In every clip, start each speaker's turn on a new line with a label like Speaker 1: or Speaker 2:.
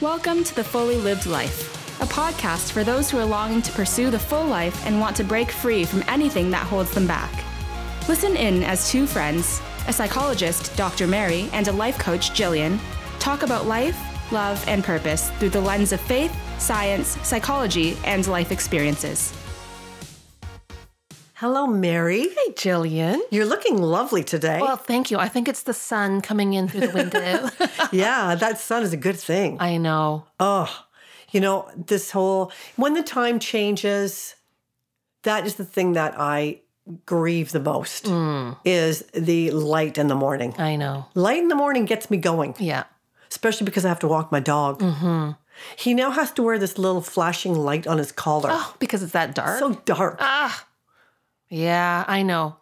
Speaker 1: Welcome to The Fully Lived Life, a podcast for those who are longing to pursue the full life and want to break free from anything that holds them back. Listen in as two friends, a psychologist, Dr. Mary, and a life coach, Jillian, talk about life, love, and purpose through the lens of faith, science, psychology, and life experiences.
Speaker 2: Hello, Mary.
Speaker 3: Hey, Jillian.
Speaker 2: You're looking lovely today.
Speaker 3: Well, thank you. I think it's the sun coming in through the window.
Speaker 2: yeah, that sun is a good thing.
Speaker 3: I know.
Speaker 2: oh, you know, this whole when the time changes, that is the thing that I grieve the most
Speaker 3: Hmm.
Speaker 2: is the light in the morning.
Speaker 3: I know.
Speaker 2: Light in the morning gets me going,
Speaker 3: Yeah.
Speaker 2: especially because I have to walk my dog.
Speaker 3: Mm-hmm.
Speaker 2: He now has to wear this little flashing light on his collar.
Speaker 3: Oh, because it's that dark. Ah.
Speaker 2: So dark.
Speaker 3: yeah, I know.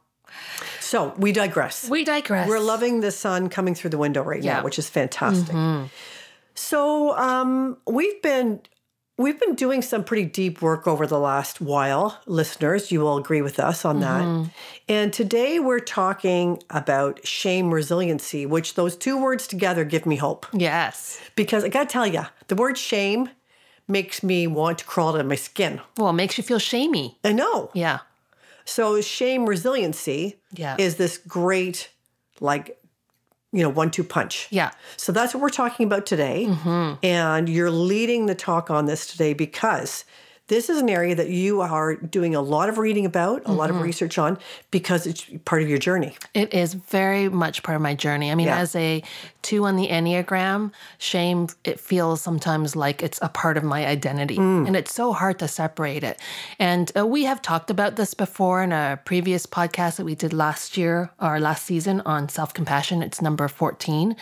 Speaker 2: so we digress.
Speaker 3: We digress.
Speaker 2: We're loving the sun coming through the window right
Speaker 3: Yeah. Mm-hmm.
Speaker 2: now, which is fantastic. So um, we've been we've been doing some pretty deep work over the last while, listeners. You will agree with us on
Speaker 3: Mm-hmm.
Speaker 2: that. And today we're talking about shame resiliency, which those two words together give me hope
Speaker 3: Yes.
Speaker 2: because I got to tell you, the word shame makes me want to crawl out of my skin.
Speaker 3: Well, it makes you feel shamey.
Speaker 2: I know.
Speaker 3: Yeah.
Speaker 2: So shame resiliency
Speaker 3: Yeah.
Speaker 2: is this great, like, you know, one-two punch.
Speaker 3: Yeah.
Speaker 2: So that's what we're talking about today.
Speaker 3: Mm-hmm.
Speaker 2: And you're leading the talk on this today because this is an area that you are doing a lot of reading about, a lot
Speaker 3: Mm-hmm.
Speaker 2: of research on, because it's part of your journey.
Speaker 3: It is very much part of my journey. I mean,
Speaker 2: Yeah.
Speaker 3: as a two on the Enneagram, shame, it feels sometimes like it's a part of my identity. And it's so hard to separate it. And uh, we have talked about this before in a previous podcast that we did last year or last season on self compassion. It's number 14.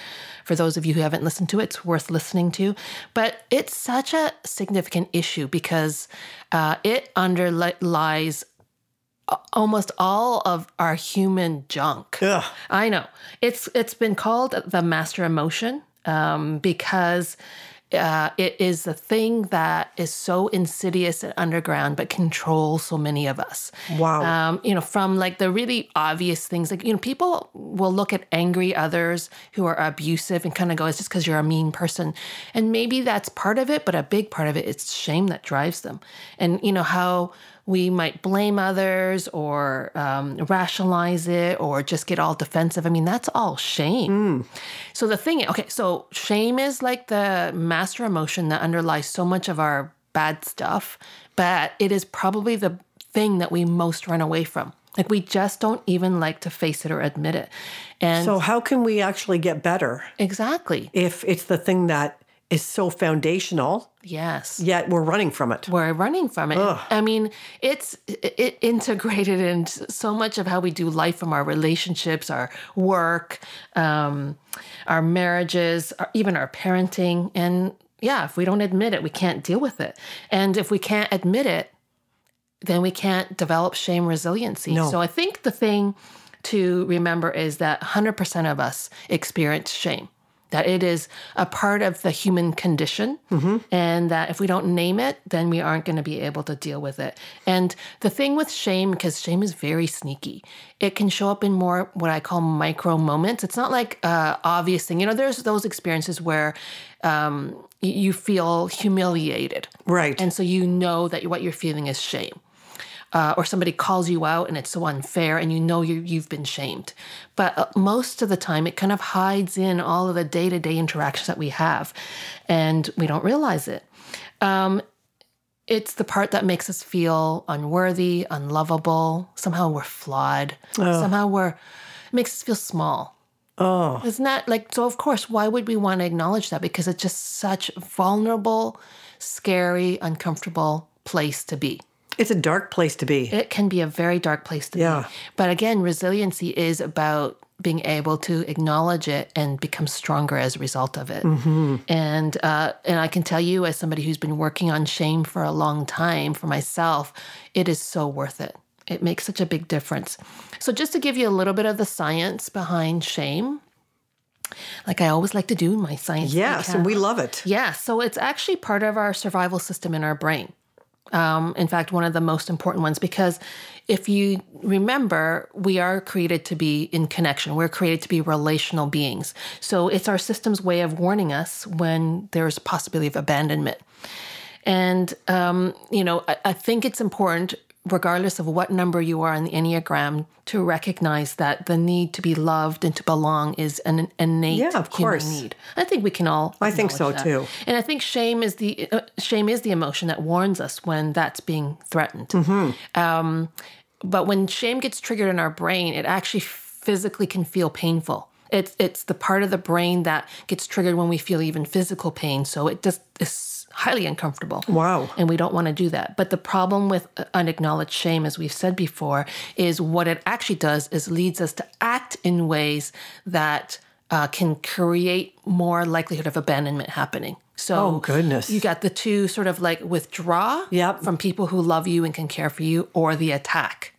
Speaker 3: For those of you who haven't listened to it, it's worth listening to. But it's such a significant issue because uh, it underlies almost all of our human junk.
Speaker 2: Ugh.
Speaker 3: I know. It's it's been called the master emotion um, because uh, it is the thing that is so insidious and underground, but controls so many of us.
Speaker 2: Wow.
Speaker 3: Um, you know, from like the really obvious things, like, you know, people will look at angry others who are abusive and kind of go, it's just because you're a mean person. And maybe that's part of it, but a big part of it is shame that drives them. And, you know, how we might blame others or um, rationalize it or just get all defensive. I mean, that's all shame. So the thing, okay, so shame is like the master emotion that underlies so much of our bad stuff, but it is probably the thing that we most run away from. Like we just don't even like to face it or admit it. And
Speaker 2: so, how can we actually get better
Speaker 3: exactly.
Speaker 2: if it's the thing that is so foundational,
Speaker 3: Yes.
Speaker 2: yet we're running from it?
Speaker 3: We're running from it. I mean, it's it integrated in so much of how we do life from our relationships, our work, um, our marriages, our, even our parenting. And yeah, if we don't admit it, we can't deal with it. And if we can't admit it, then we can't develop shame resiliency.
Speaker 2: No.
Speaker 3: So I think the thing to remember is that 100% of us experience shame, that it is a part of the human condition, and that if we don't name it, then we aren't going to be able to deal with it. And the thing with shame, because shame is very sneaky, it can show up in more what I call micro moments. It's not like uh, obvious thing. You know, there's those experiences where um, y- you feel humiliated.
Speaker 2: Right.
Speaker 3: And so you know that what you're feeling is shame. Uh, or somebody calls you out and it's so unfair and you know you, you've been shamed. But uh, most of the time, it kind of hides in all of the day to day interactions that we have and we don't realize it. Um, it's the part that makes us feel unworthy, unlovable. Somehow we're flawed. Somehow we're, it makes us feel small.
Speaker 2: oh,
Speaker 3: It's not like so of course why would we want to acknowledge that because it's just such vulnerable, scary, uncomfortable place to be.
Speaker 2: it's a dark place to be.
Speaker 3: It can be a very dark place to
Speaker 2: Yeah.
Speaker 3: be. But again, resiliency is about being able to acknowledge it and become stronger as a result of it. And uh, and I can tell you as somebody who's been working on shame for a long time for myself, it is so worth it. It makes such a big difference. So just to give you a little bit of the science behind shame, like I always like to do in my science.
Speaker 2: yes,
Speaker 3: recap.
Speaker 2: and we love it.
Speaker 3: Yeah, so it's actually part of our survival system in our brain. Um, in fact, one of the most important ones, because if you remember, we are created to be in connection. We're created to be relational beings. So it's our system's way of warning us when there's a possibility of abandonment. And, um, you know, I, I think it's important, regardless of what number you are in the Enneagram, to recognize that the need to be loved and to belong is an innate
Speaker 2: Yeah, of
Speaker 3: human
Speaker 2: course.
Speaker 3: need. I think we can all.
Speaker 2: I think so,
Speaker 3: acknowledge that.
Speaker 2: too.
Speaker 3: And I think shame is the uh, shame is the emotion that warns us when that's being threatened.
Speaker 2: Mm-hmm.
Speaker 3: Um, but when shame gets triggered in our brain, it actually physically can feel painful. It's it's the part of the brain that gets triggered when we feel even physical pain. So it just is highly uncomfortable.
Speaker 2: Wow.
Speaker 3: And we don't want to do that. But the problem with uh, unacknowledged shame, as we've said before, is what it actually does is leads us to act in ways that uh, can create more likelihood of abandonment happening. So,
Speaker 2: Oh, goodness.
Speaker 3: you got the two sort of like withdraw
Speaker 2: Yep.
Speaker 3: from people who love you and can care for you, or the attack,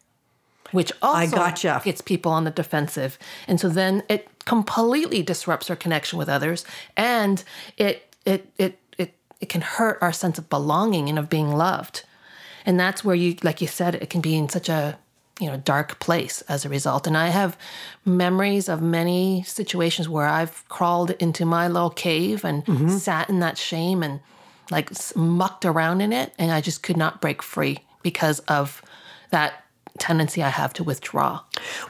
Speaker 3: which also
Speaker 2: gotcha.
Speaker 3: gets people on the defensive. And so then it completely disrupts our connection with others, and it it it it it can hurt our sense of belonging and of being loved. And that's where you, like you said, it can be in such a you know dark place as a result. And I have memories of many situations where I've crawled into my little cave and sat in that shame and like s- mucked around in it, and I just could not break free because of that tendency I have to withdraw.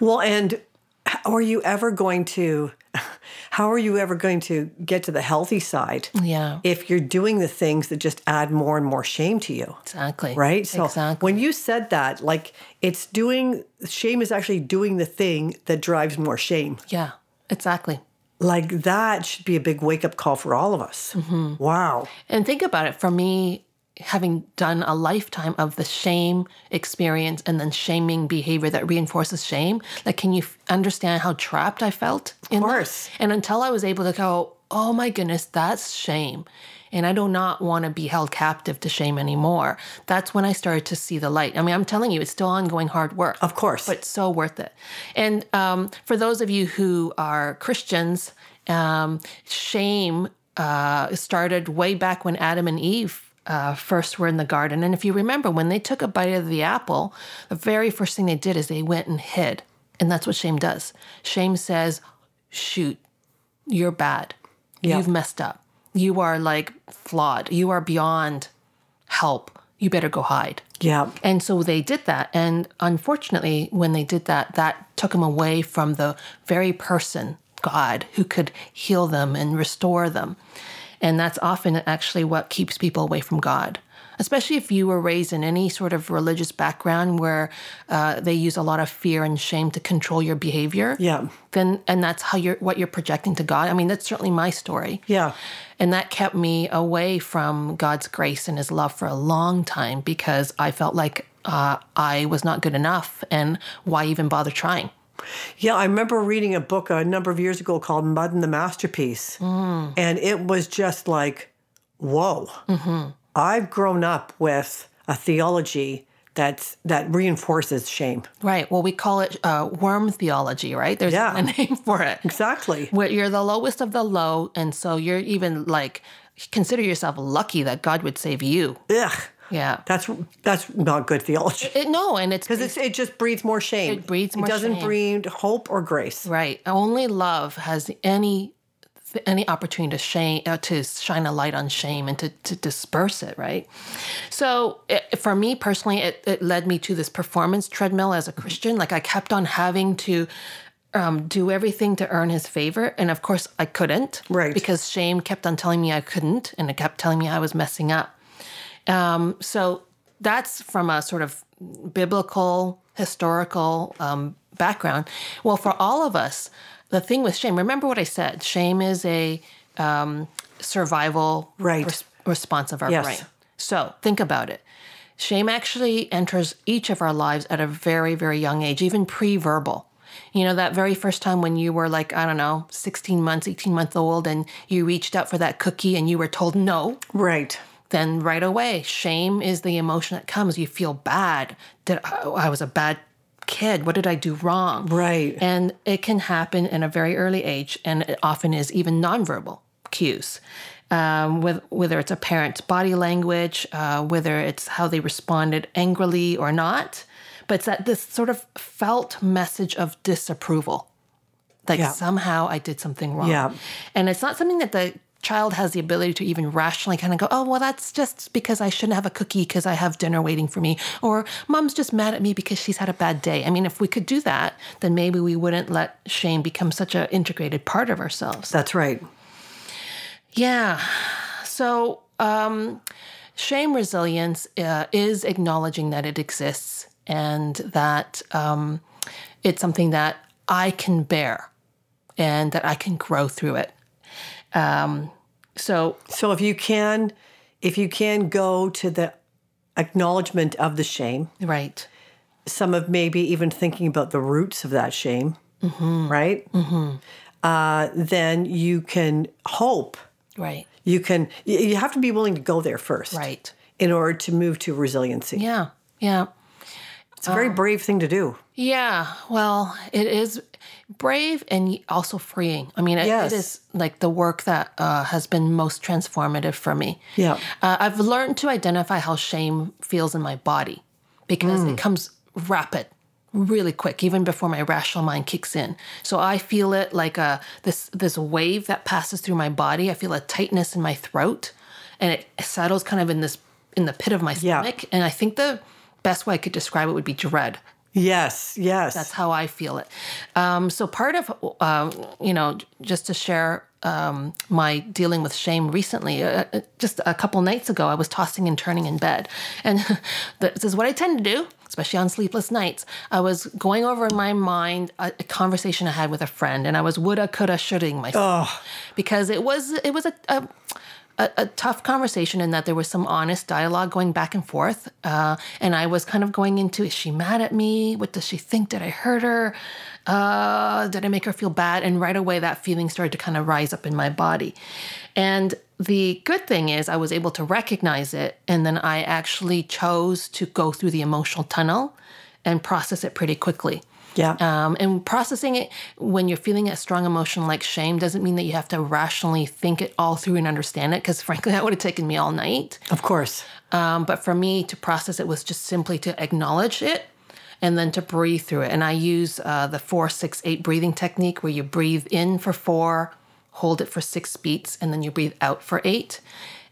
Speaker 2: Well, and how are you ever going to? How are you ever going to get to the healthy side
Speaker 3: Yeah,
Speaker 2: if you're doing the things that just add more and more shame to you?
Speaker 3: exactly.
Speaker 2: Right. So
Speaker 3: exactly.
Speaker 2: when you said that, like it's doing shame is actually doing the thing that drives more shame.
Speaker 3: yeah, exactly.
Speaker 2: Like that should be a big wake up call for all of us.
Speaker 3: Mm-hmm.
Speaker 2: Wow.
Speaker 3: And think about it for me, having done a lifetime of the shame experience and then shaming behavior that reinforces shame, like, can you f- understand how trapped I felt? In that?
Speaker 2: course.
Speaker 3: And until I was able to go, oh my goodness, that's shame. And I do not want to be held captive to shame anymore. That's when I started to see the light. I mean, I'm telling you, it's still ongoing hard work.
Speaker 2: Of course.
Speaker 3: But it's so worth it. And um, for those of you who are Christians, um, shame uh, started way back when Adam and Eve uh, first were in the garden. And if you remember, when they took a bite of the apple, the very first thing they did is they went and hid. And that's what shame does. Shame says, shoot, you're bad. You've messed up. You are like flawed. You are beyond help. You better go hide.
Speaker 2: yeah.
Speaker 3: And so they did that. And unfortunately, when they did that, that took them away from the very person, God, who could heal them and restore them. And that's often actually what keeps people away from God, especially if you were raised in any sort of religious background where uh, they use a lot of fear and shame to control your behavior.
Speaker 2: Yeah.
Speaker 3: Then, and that's how you're what you're projecting to God. I mean, that's certainly my story.
Speaker 2: Yeah.
Speaker 3: And that kept me away from God's grace and His love for a long time because I felt like uh, I was not good enough and why even bother trying?
Speaker 2: Yeah, I remember reading a book a number of years ago called Mud and the Masterpiece.
Speaker 3: Mm.
Speaker 2: And it was just like, whoa,
Speaker 3: Mm-hmm.
Speaker 2: I've grown up with a theology that's, that reinforces shame.
Speaker 3: Right. Well, we call it uh, worm theology, right? There's
Speaker 2: Yeah.
Speaker 3: a name for it.
Speaker 2: Exactly.
Speaker 3: Where you're the lowest of the low. And so you're even like, consider yourself lucky that God would save you.
Speaker 2: Ugh.
Speaker 3: Yeah.
Speaker 2: That's, that's not good theology.
Speaker 3: It, no, and it's
Speaker 2: Because it just breeds more shame.
Speaker 3: It breeds more
Speaker 2: It doesn't
Speaker 3: shame.
Speaker 2: breed hope or grace.
Speaker 3: Right. Only love has any any opportunity to shame uh, to shine a light on shame and to, to disperse it right so it, for me personally it, it led me to this performance treadmill as a christian like i kept on having to um, do everything to earn his favor and of course i couldn't
Speaker 2: Right.
Speaker 3: because shame kept on telling me i couldn't and it kept telling me i was messing up um, so that's from a sort of biblical, historical um, background. Well, for all of us, the thing with shame, remember what I said shame is a um, survival
Speaker 2: Right.
Speaker 3: response of our
Speaker 2: Yes.
Speaker 3: brain. So think about it. Shame actually enters each of our lives at a very, very young age, even pre verbal. You know, that very first time when you were like, I don't know, 16 months, 18 months old, and you reached out for that cookie and you were told no
Speaker 2: Right.
Speaker 3: then right away shame is the emotion that comes you feel bad that I, I was a bad kid what did i do wrong
Speaker 2: Right.
Speaker 3: and it can happen in a very early age and it often is even nonverbal cues um, with, whether it's a parent's body language, uh, whether it's how they responded angrily or not. But it's that this sort of felt message of disapproval. Like
Speaker 2: Yeah.
Speaker 3: somehow I did something wrong.
Speaker 2: Yeah.
Speaker 3: And it's not something that the child has the ability to even rationally kind of go, oh, well, that's just because I shouldn't have a cookie because I have dinner waiting for me. Or mom's just mad at me because she's had a bad day. I mean, if we could do that, then maybe we wouldn't let shame become such an integrated part of ourselves.
Speaker 2: That's right.
Speaker 3: Yeah. So, um, shame resilience uh, is acknowledging that it exists and that um, it's something that I can bear and that I can grow through it. Um, so,
Speaker 2: So if you can, if you can go to the acknowledgement of the shame,
Speaker 3: right.
Speaker 2: some of maybe even thinking about the roots of that shame,
Speaker 3: Mm-hmm.
Speaker 2: right? Uh, then you can hope.
Speaker 3: Right.
Speaker 2: You can. You you have to be willing to go there first,
Speaker 3: Right.
Speaker 2: In order to move to resiliency,
Speaker 3: Yeah. Uh, Yeah.
Speaker 2: it's a very brave thing to do.
Speaker 3: Yeah, well, it is brave and also freeing. I mean, it,
Speaker 2: Yes.
Speaker 3: it is like the work that uh, has been most transformative for me.
Speaker 2: Yeah.
Speaker 3: Uh, I've learned to identify how shame feels in my body because it comes rapid, really quick, even before my rational mind kicks in. So I feel it like a this this wave that passes through my body. I feel a tightness in my throat, and it settles kind of in this in the pit of my
Speaker 2: Yeah.
Speaker 3: stomach. And I think the best way I could describe it would be dread
Speaker 2: Yes. Yes.
Speaker 3: that's how I feel it. Um, so part of um, you know just to share um, my dealing with shame recently, uh, uh, just a couple nights ago, I was tossing and turning in bed, and this is what I tend to do, especially on sleepless nights. I was going over in my mind a, a conversation I had with a friend, and I was woulda, coulda, shoulding myself because it was it was a. a a, a tough conversation in that there was some honest dialogue going back and forth. Uh, and I was kind of going into is she mad at me? What does she think? Did I hurt her? Uh, did I make her feel bad? And right away, that feeling started to kind of rise up in my body. And the good thing is, I was able to recognize it. And then I actually chose to go through the emotional tunnel and process it pretty quickly.
Speaker 2: yeah.
Speaker 3: Um, and processing it when you're feeling a strong emotion like shame doesn't mean that you have to rationally think it all through and understand it, because frankly, that would have taken me all night.
Speaker 2: of course.
Speaker 3: Um, but for me, to process it was just simply to acknowledge it and then to breathe through it. And I use uh, the four, six, eight breathing technique where you breathe in for four, hold it for six beats, and then you breathe out for eight.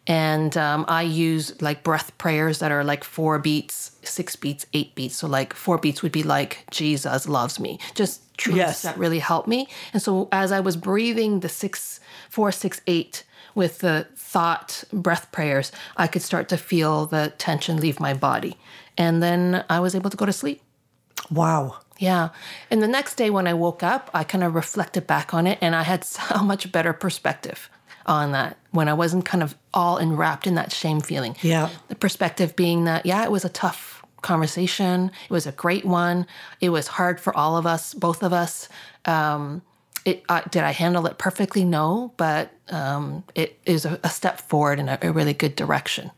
Speaker 3: And um, I use like breath prayers that are like four beats, six beats, eight beats. So, like, four beats would be like, Jesus loves me. Just truths
Speaker 2: Yes.
Speaker 3: that really helped me. And so, as I was breathing the six, four, six, eight, with the thought breath prayers, I could start to feel the tension leave my body. And then I was able to go to sleep.
Speaker 2: Wow.
Speaker 3: Yeah. And the next day when I woke up, I kind of reflected back on it and I had so much better perspective on that when I wasn't kind of all enwrapped in that shame feeling.
Speaker 2: Yeah.
Speaker 3: The perspective being that, yeah, it was a tough conversation. It was a great one. It was hard for all of us, both of us. Um, it, uh, did I handle it perfectly? No, but um, it is a, a step forward in a, a really good direction.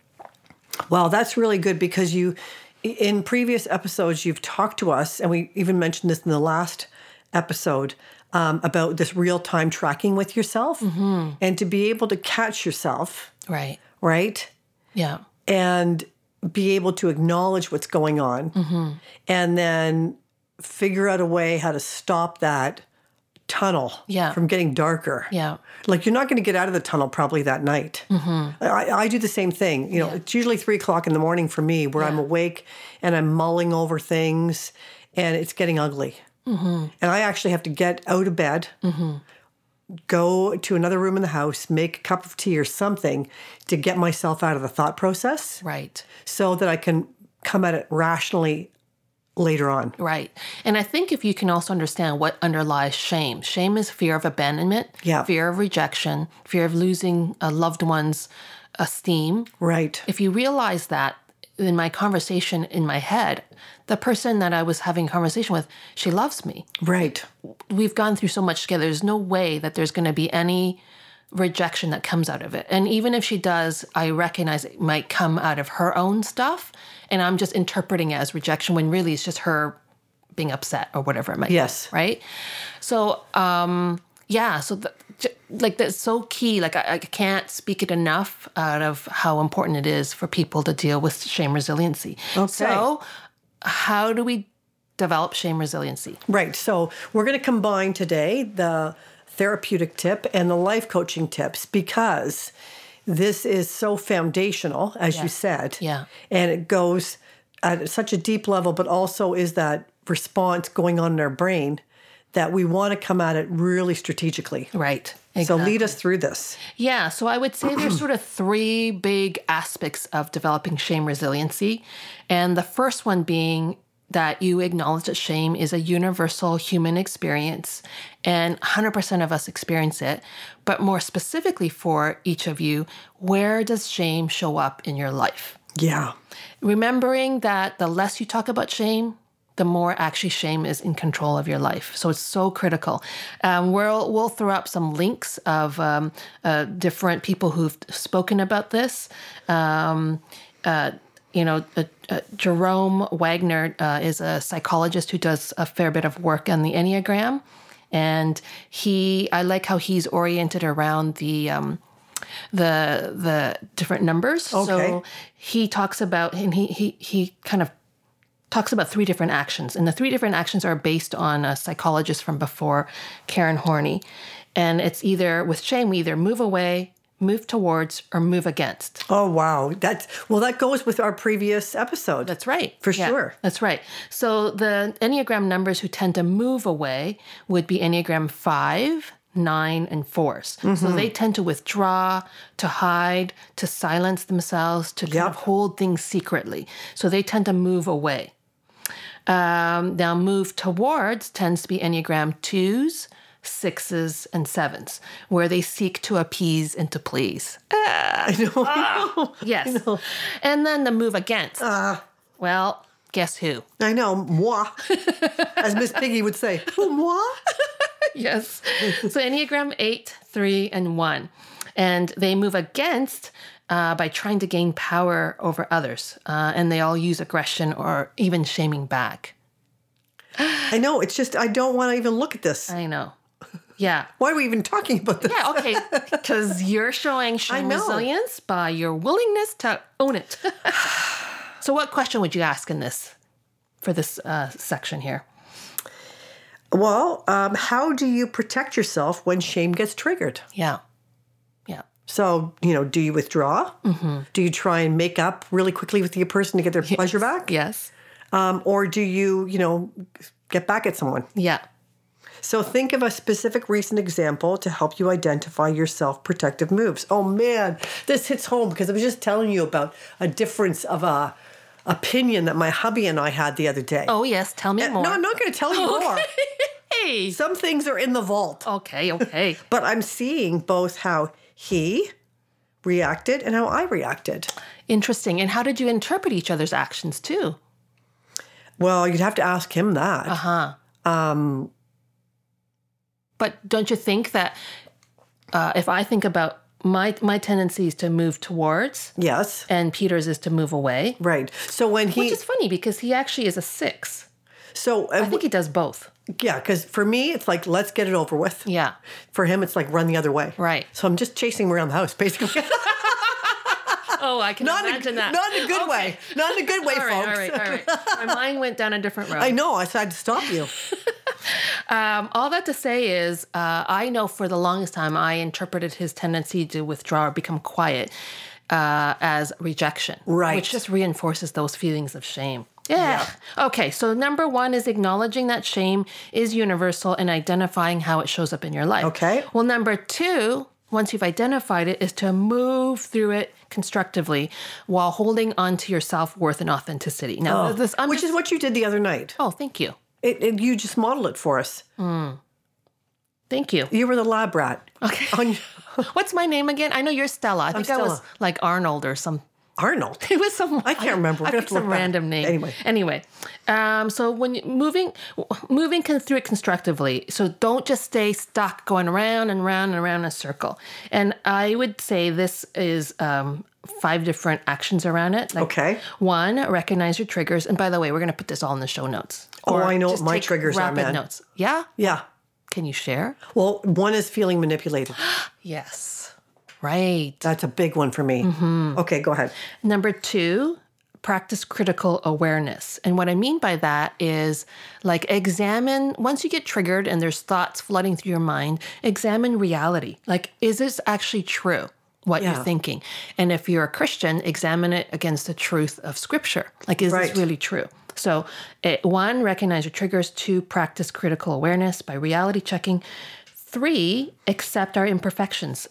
Speaker 2: Wow, that's really good because you, in previous episodes, you've talked to us, and we even mentioned this in the last episode um, about this real time tracking with yourself and to be able to catch yourself,
Speaker 3: Right.
Speaker 2: right?
Speaker 3: Yeah.
Speaker 2: And be able to acknowledge what's going on and then figure out a way how to stop that tunnel
Speaker 3: Yeah.
Speaker 2: from getting darker.
Speaker 3: Yeah.
Speaker 2: Like you're not going to get out of the tunnel probably that night. I, I do the same thing. You know, it's usually three o'clock in the morning for me, where I'm awake and I'm mulling over things, and it's getting ugly. And I actually have to get out of bed, go to another room in the house, make a cup of tea or something to get myself out of the thought process,
Speaker 3: Right.
Speaker 2: so that I can come at it rationally later on.
Speaker 3: Right. And I think if you can also understand what underlies shame, shame is fear of abandonment,
Speaker 2: Yeah.
Speaker 3: fear of rejection, fear of losing a loved one's esteem.
Speaker 2: Right.
Speaker 3: If you realize that in my conversation in my head, the person that I was having conversation with, she loves me
Speaker 2: Right.
Speaker 3: we've gone through so much together. There's no way that there's going to be any rejection that comes out of it. And even if she does, I recognize it might come out of her own stuff. And I'm just interpreting it as rejection when really it's just her being upset or whatever it might be.
Speaker 2: Yes.
Speaker 3: Right. So, um, yeah so the, j- like that's so key like I, I can't speak it enough out of how important it is for people to deal with shame resiliency okay. so how do we develop shame resiliency
Speaker 2: Right. So we're going to combine today the therapeutic tip and the life coaching tips because this is so foundational, as you said.
Speaker 3: Yeah.
Speaker 2: And it goes at such a deep level, but also is that response going on in our brain that we want to come at it really strategically.
Speaker 3: right
Speaker 2: So lead us through this.
Speaker 3: Yeah, so I would say there's sort of three big aspects of developing shame resiliency. And the first one being that you acknowledge that shame is a universal human experience and 100% of us experience it. But more specifically for each of you, where does shame show up in your life?
Speaker 2: Yeah.
Speaker 3: remembering that the less you talk about shame, the more actually shame is in control of your life. So it's so critical. Um, we'll we'll throw up some links of um, uh, different people who've spoken about this. Um, uh, you know, uh, uh, Jerome Wagner uh, is a psychologist who does a fair bit of work on the Enneagram, and he I like how he's oriented around the. Um, the the different numbers.
Speaker 2: Okay.
Speaker 3: So he talks about and he he he kind of talks about three different actions and the three different actions are based on a psychologist from before karen horney and it's either with shame we either move away move towards or move against
Speaker 2: Oh, wow. That's well, that goes with our previous episode.
Speaker 3: that's right
Speaker 2: For
Speaker 3: Yeah,
Speaker 2: sure.
Speaker 3: that's right so the enneagram numbers who tend to move away would be enneagram 5 9 and 4s so they tend to withdraw to hide to silence themselves to kind of hold things secretly so they tend to move away Um, now, move towards tends to be Enneagram twos, sixes, and sevens, where they seek to appease and to please. Ah. yes. Ah. And then the move against. well, guess who?
Speaker 2: I know, moi, as Miss Piggy would say. Oh, moi?
Speaker 3: yes. So Enneagram 8, 3, and 1. And they move against uh, by trying to gain power over others. Uh, and they all use aggression or even shaming back.
Speaker 2: I know. It's just I don't want to even look at this.
Speaker 3: I know. Yeah.
Speaker 2: Why are we even talking about this?
Speaker 3: Yeah, okay. Because you're showing shame
Speaker 2: know.
Speaker 3: resilience by your willingness to own it. so, what question would you ask in this for this uh, section here?
Speaker 2: Well, um, how do you protect yourself when shame gets triggered?
Speaker 3: Yeah, yeah,
Speaker 2: So, you know, do you withdraw?
Speaker 3: Mm-hmm.
Speaker 2: Do you try and make up really quickly with the person to get their pleasure back?
Speaker 3: yes,
Speaker 2: Um, or do you, you know, get back at someone?
Speaker 3: yeah,
Speaker 2: So, think of a specific recent example to help you identify your self protective moves. Oh man, this hits home because I was just telling you about a difference of a opinion that my hubby and I had the other day.
Speaker 3: oh yes. Tell me more.
Speaker 2: No, I'm not going to tell you more.
Speaker 3: Hey.
Speaker 2: Some things are in the vault,
Speaker 3: Okay, okay.
Speaker 2: but I'm seeing both how he reacted and how I reacted.
Speaker 3: Interesting. And how did you interpret each other's actions too?
Speaker 2: Well, you'd have to ask him that.
Speaker 3: Uh-huh. But don't you think that uh, if I think about my my tendency is to move towards,
Speaker 2: Yes.
Speaker 3: and Peter's is to move away,
Speaker 2: Right. So when he,
Speaker 3: which is funny because he actually is a six.
Speaker 2: so
Speaker 3: I
Speaker 2: uh,
Speaker 3: think he does both.
Speaker 2: yeah, because for me, it's like, let's get it over with.
Speaker 3: Yeah.
Speaker 2: For him, it's like, run the other way.
Speaker 3: Right.
Speaker 2: So I'm just chasing him around the house, basically.
Speaker 3: Oh, I can
Speaker 2: not, in,
Speaker 3: imagine
Speaker 2: a,
Speaker 3: that.
Speaker 2: not in a good
Speaker 3: Okay.
Speaker 2: way. Not in a good way,
Speaker 3: All right,
Speaker 2: folks.
Speaker 3: all right, all right. My mind went down a different road.
Speaker 2: I know. I said, I'd stop you.
Speaker 3: Um, all that to say is, uh, I know for the longest time I interpreted his tendency to withdraw or become quiet uh, as rejection,
Speaker 2: Right.
Speaker 3: Which just reinforces those feelings of shame. Yeah. Okay. So number one is acknowledging that shame is universal and identifying how it shows up in your life.
Speaker 2: Okay.
Speaker 3: Well, number two, once you've identified it, is to move through it constructively while holding on to your self worth and authenticity. Now, this I'm
Speaker 2: Oh. Which
Speaker 3: just-
Speaker 2: is what you did the other night.
Speaker 3: oh, thank you,
Speaker 2: It, it, you just modeled it for us.
Speaker 3: thank you.
Speaker 2: You were the lab rat.
Speaker 3: Okay.
Speaker 2: On,
Speaker 3: What's my name again? I know you're Stella. I think I was
Speaker 2: Stella.
Speaker 3: like Arnold or some.
Speaker 2: Arnold.
Speaker 3: It was some.
Speaker 2: I can't remember. We're
Speaker 3: I
Speaker 2: gonna have
Speaker 3: picked
Speaker 2: to look
Speaker 3: some
Speaker 2: back.
Speaker 3: random name.
Speaker 2: Anyway.
Speaker 3: Anyway, um, so when you, moving, moving con- through it constructively. So don't just stay stuck going around and around and around in a circle. And I would say this is um, five different actions around it. Like,
Speaker 2: Okay.
Speaker 3: One, recognize your triggers. And by the way, we're going to put this all in the show notes.
Speaker 2: Oh, I know what
Speaker 3: just
Speaker 2: my
Speaker 3: take
Speaker 2: triggers are,
Speaker 3: rapid
Speaker 2: man.
Speaker 3: Notes. Yeah.
Speaker 2: Yeah.
Speaker 3: Can you share?
Speaker 2: Well, one is feeling manipulated.
Speaker 3: Yes. Right.
Speaker 2: That's a big one for me.
Speaker 3: Mm-hmm.
Speaker 2: Okay, go ahead.
Speaker 3: Number two, practice critical awareness. And what I mean by that is like examine, once you get triggered and there's thoughts flooding through your mind, examine reality. Like, is this actually true? What
Speaker 2: Yeah.
Speaker 3: you're thinking. And if you're a Christian, examine it against the truth of scripture. Like, is
Speaker 2: Right.
Speaker 3: this really true? So, it, one, recognize your triggers. Two, practice critical awareness by reality checking. Three, accept our imperfections.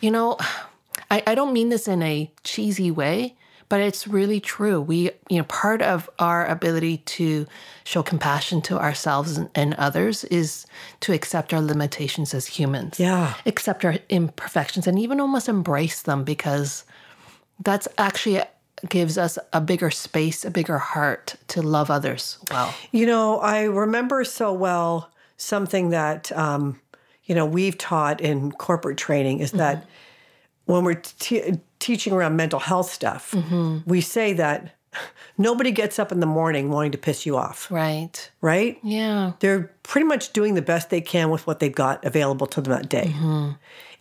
Speaker 3: You know, I, I don't mean this in a cheesy way, but it's really true. We, you know, part of our ability to show compassion to ourselves and, and others is to accept our limitations as humans.
Speaker 2: Yeah.
Speaker 3: Accept our imperfections and even almost embrace them because that's actually gives us a bigger space, a bigger heart to love others. Wow.
Speaker 2: You know, I remember so well something that, um, you know, we've taught in corporate training is that
Speaker 3: Mm-hmm.
Speaker 2: when we're t- teaching around mental health stuff,
Speaker 3: Mm-hmm.
Speaker 2: we say that nobody gets up in the morning wanting to piss you off,
Speaker 3: Right.
Speaker 2: right?
Speaker 3: Yeah.
Speaker 2: They're pretty much doing the best they can with what they've got available to them that day.
Speaker 3: Mm-hmm.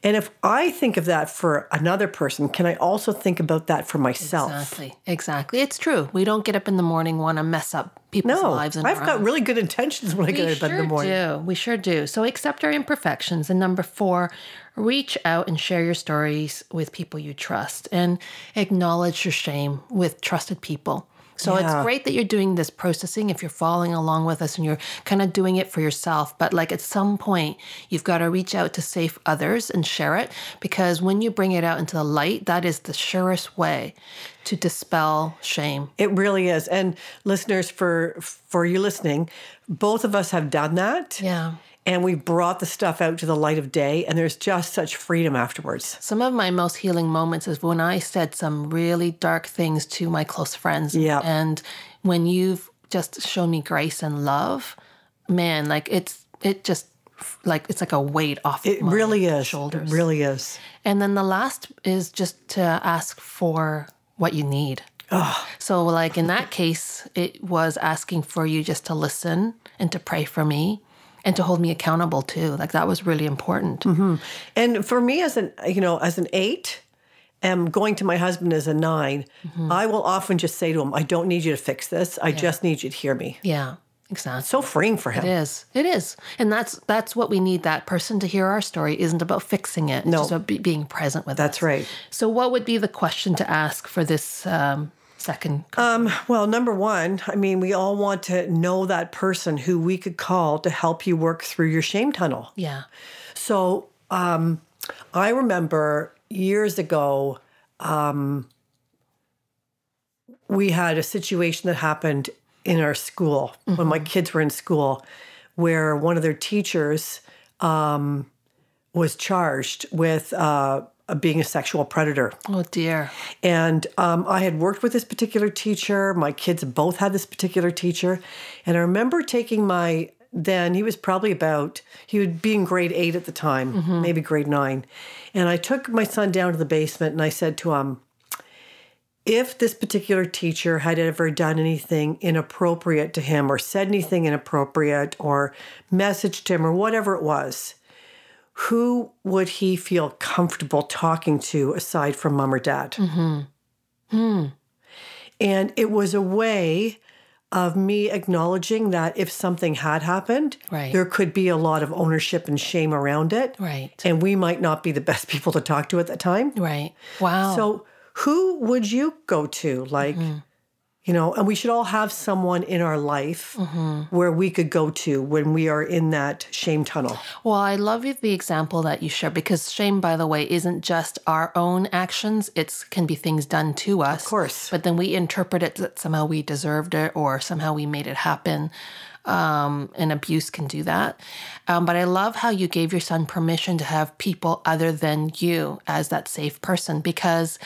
Speaker 2: And if I think of that for another person, can I also think about that for myself?
Speaker 3: Exactly. Exactly. It's true. We don't get up in the morning want to mess up people's
Speaker 2: No,
Speaker 3: lives.
Speaker 2: I've
Speaker 3: And our
Speaker 2: got
Speaker 3: own.
Speaker 2: really good intentions when I get out
Speaker 3: We
Speaker 2: of bed in the
Speaker 3: sure
Speaker 2: morning.
Speaker 3: do. We sure do. So accept our imperfections. And number four, reach out and share your stories with people you trust and acknowledge your shame with trusted people. So
Speaker 2: Yeah.
Speaker 3: it's great that you're doing this processing if you're following along with us and you're kind of doing it for yourself. But like at some point, you've got to reach out to safe others and share it because when you bring it out into the light, that is the surest way to dispel shame.
Speaker 2: It really is. And listeners, for for you listening, both of us have done that.
Speaker 3: Yeah.
Speaker 2: And we brought the stuff out to the light of day, and there's just such freedom afterwards.
Speaker 3: Some of my most healing moments is when I said some really dark things to my close friends.
Speaker 2: Yeah.
Speaker 3: And when you've just shown me grace and love, man, like it's, it just, like it's like a weight off
Speaker 2: It
Speaker 3: my
Speaker 2: really is.
Speaker 3: shoulders.
Speaker 2: It really is.
Speaker 3: And then the last is just to ask for what you need. So, like in that case, it was asking for you just to listen and to pray for me and to hold me accountable too. Like that was really important.
Speaker 2: And for me, as an you know, as an eight, and going to my husband as a 9
Speaker 3: Mm-hmm.
Speaker 2: I will often just say to him, "I don't need you to fix this. I just need you to hear me."
Speaker 3: Yeah, exactly.
Speaker 2: So freeing for him.
Speaker 3: It is. It is. And that's that's what we need. That person to hear our story isn't about fixing it. It's
Speaker 2: No.
Speaker 3: just about be, being present with
Speaker 2: That's
Speaker 3: us.
Speaker 2: right.
Speaker 3: So, what would be the question to ask for this um, second?
Speaker 2: Uh, Well, number one, I mean, we all want to know that person who we could call to help you work through your shame tunnel.
Speaker 3: yeah.
Speaker 2: So um, I remember years ago, um, we had a situation that happened in our school when my kids were in school, where one of their teachers um, was charged with uh, being a sexual predator.
Speaker 3: Oh dear.
Speaker 2: And um, I had worked with this particular teacher. My kids both had this particular teacher. And I remember taking my then he was probably about he would be in grade eight at the time, maybe grade nine. And I took my son down to the basement and I said to him, if this particular teacher had ever done anything inappropriate to him or said anything inappropriate or messaged him or whatever it was, who would he feel comfortable talking to aside from mom or dad?
Speaker 3: Mm-hmm.
Speaker 2: Hmm. And it was a way of me acknowledging that if something had happened,
Speaker 3: Right.
Speaker 2: there could be a lot of ownership and shame around it.
Speaker 3: Right.
Speaker 2: And we might not be the best people to talk to at that time.
Speaker 3: Right. Wow.
Speaker 2: So, who would you go to? Like,
Speaker 3: Mm-hmm.
Speaker 2: you know, and we should all have someone in our life
Speaker 3: Mm-hmm.
Speaker 2: where we could go to when we are in that shame tunnel.
Speaker 3: Well, I love you- the example that you share because shame, by the way, isn't just our own actions. It's can be things done to us. Of
Speaker 2: course.
Speaker 3: But then we interpret it that somehow we deserved it or somehow we made it happen. Um, and abuse can do that. Um, but I love how you gave your son permission to have people other than you as that safe person because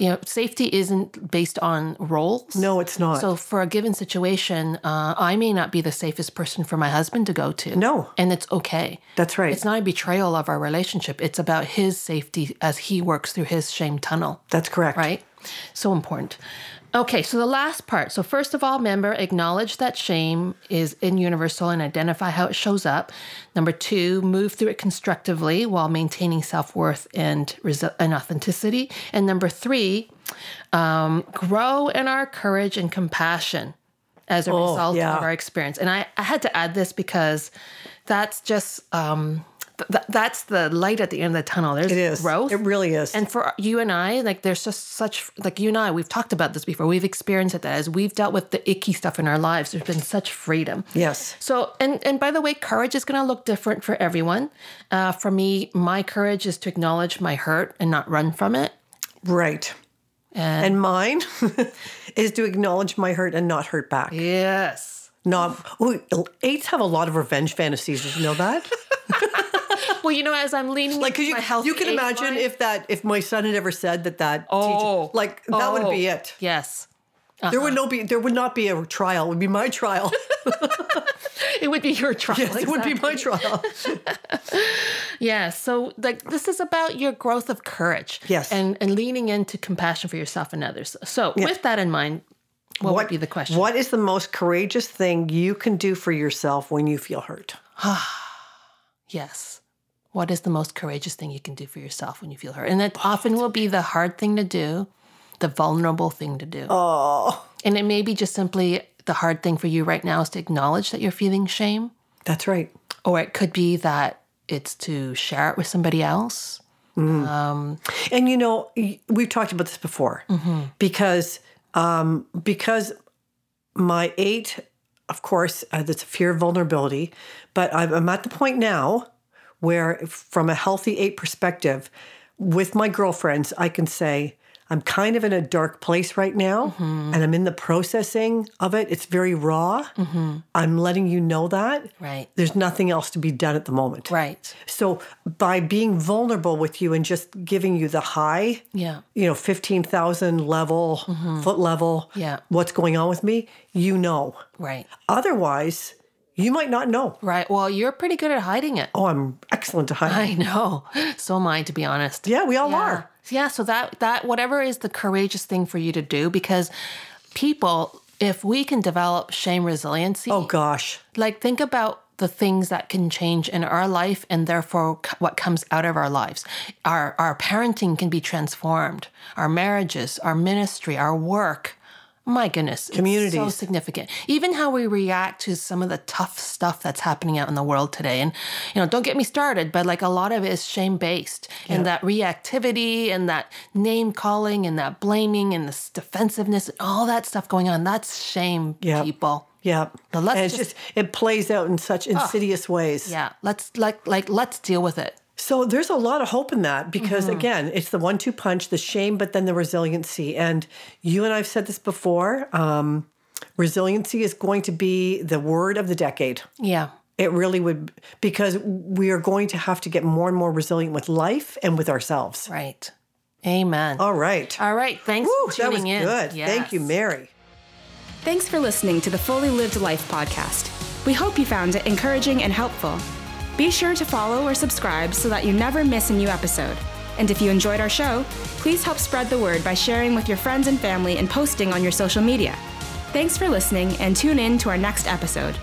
Speaker 3: you know safety isn't based on roles.
Speaker 2: No, it's not.
Speaker 3: So, for a given situation, uh, I may not be the safest person for my husband to go to.
Speaker 2: No.
Speaker 3: And it's okay.
Speaker 2: That's right.
Speaker 3: It's not a betrayal of our relationship. It's about his safety as he works through his shame tunnel,
Speaker 2: That's correct.
Speaker 3: right? So important. Okay, so the last part. So, first of all, remember, acknowledge that shame is in universal and identify how it shows up. Number two, move through it constructively while maintaining self worth and, resi- and authenticity. And number three, um, grow in our courage and compassion as a
Speaker 2: Oh,
Speaker 3: result
Speaker 2: yeah.
Speaker 3: of our experience. And I, I had to add this because that's just. Um, th- th- that's the light at the end of the tunnel. There's
Speaker 2: It is.
Speaker 3: growth.
Speaker 2: It really is.
Speaker 3: And for you and I, like there's just such like you and I, we've talked about this before. We've experienced it as we've dealt with the icky stuff in our lives. There's been such freedom.
Speaker 2: Yes.
Speaker 3: So and and by the way, courage is going to look different for everyone. Uh, for me, my courage is to acknowledge my hurt and not run from it.
Speaker 2: Right.
Speaker 3: And-
Speaker 2: and mine is to acknowledge my hurt and not hurt back.
Speaker 3: Yes.
Speaker 2: Not ooh, eights have a lot of revenge fantasies. Did you know that?
Speaker 3: Well, you know, as I'm leaning
Speaker 2: like,
Speaker 3: like
Speaker 2: cause you,
Speaker 3: my health,
Speaker 2: you can imagine if that if my son had ever said that that
Speaker 3: Oh.
Speaker 2: teacher, like that would be it.
Speaker 3: Yes.
Speaker 2: There
Speaker 3: Uh-uh.
Speaker 2: would no be there would not be a trial. It would be my trial.
Speaker 3: It would be your trial.
Speaker 2: yes, it would be my trial.
Speaker 3: Yeah. So like this is about your growth of courage.
Speaker 2: Yes.
Speaker 3: And and leaning into compassion for yourself and others. So with that in mind, what, would be the question?
Speaker 2: What is the most courageous thing you can do for yourself when you feel hurt?
Speaker 3: Yes. What is the most courageous thing you can do for yourself when you feel hurt? And that often will be the hard thing to do, the vulnerable thing to do. Oh. And it may be just simply the hard thing for you right now is to acknowledge that you're feeling shame.
Speaker 2: That's right.
Speaker 3: Or it could be that it's to share it with somebody else.
Speaker 2: And you know, y- we've talked about this before because um, because my eight, of course, uh, that's a fear of vulnerability. But I'm, I'm at the point now where, from a healthy eight perspective, with my girlfriends, I can say. I'm kind of in a dark place right now, and I'm in the processing of it. It's very raw. I'm letting you know that.
Speaker 3: Right.
Speaker 2: There's nothing else to be done at the moment.
Speaker 3: Right.
Speaker 2: So by being vulnerable with you and just giving you the high,
Speaker 3: Yeah.
Speaker 2: you know, 15,000 level, foot level,
Speaker 3: Mm-hmm. Yeah.
Speaker 2: what's going on with me, you know.
Speaker 3: Right.
Speaker 2: Otherwise, you might not know.
Speaker 3: Right. Well, you're pretty good at hiding it.
Speaker 2: Oh, I'm excellent at hiding.
Speaker 3: I know. So am I, to be honest.
Speaker 2: Yeah, we all
Speaker 3: yeah.
Speaker 2: are.
Speaker 3: Yeah, so that that whatever is the courageous thing for you to do because people if we can develop shame resiliency,
Speaker 2: Oh gosh.
Speaker 3: like think about the things that can change in our life and therefore c- what comes out of our lives. Our our parenting can be transformed, our marriages, our ministry, our work. My goodness, community so
Speaker 2: Communities.
Speaker 3: significant. Even how we react to some of the tough stuff that's happening out in the world today, and you know, don't get me started, but like a lot of it is shame based, and that reactivity, and that name calling, and that blaming, and this defensiveness, all that stuff going on. That's shame,
Speaker 2: Yeah.
Speaker 3: people.
Speaker 2: Yeah.
Speaker 3: Now let's
Speaker 2: and it's
Speaker 3: just- Ah.
Speaker 2: just it plays out in such insidious ways.
Speaker 3: Yeah, let's like like let's deal with it.
Speaker 2: So there's a lot of hope in that because
Speaker 3: Mm-hmm.
Speaker 2: again, it's the one-two punch, the shame, but then the resiliency. And you and I've said this before. Um, resiliency is going to be the word of the decade.
Speaker 3: Yeah.
Speaker 2: It really would because we are going to have to get more and more resilient with life and with ourselves.
Speaker 3: Right. Amen.
Speaker 2: All right.
Speaker 3: All right. Thanks
Speaker 2: Woo,
Speaker 3: for
Speaker 2: that was
Speaker 3: tuning in.
Speaker 2: good. Thank you,
Speaker 3: Yes.
Speaker 2: Mary.
Speaker 1: Thanks for listening to the Fully Lived Life podcast. We hope you found it encouraging and helpful. Be sure to follow or subscribe so that you never miss a new episode. And if you enjoyed our show, please help spread the word by sharing with your friends and family and posting on your social media. Thanks for listening and tune in to our next episode.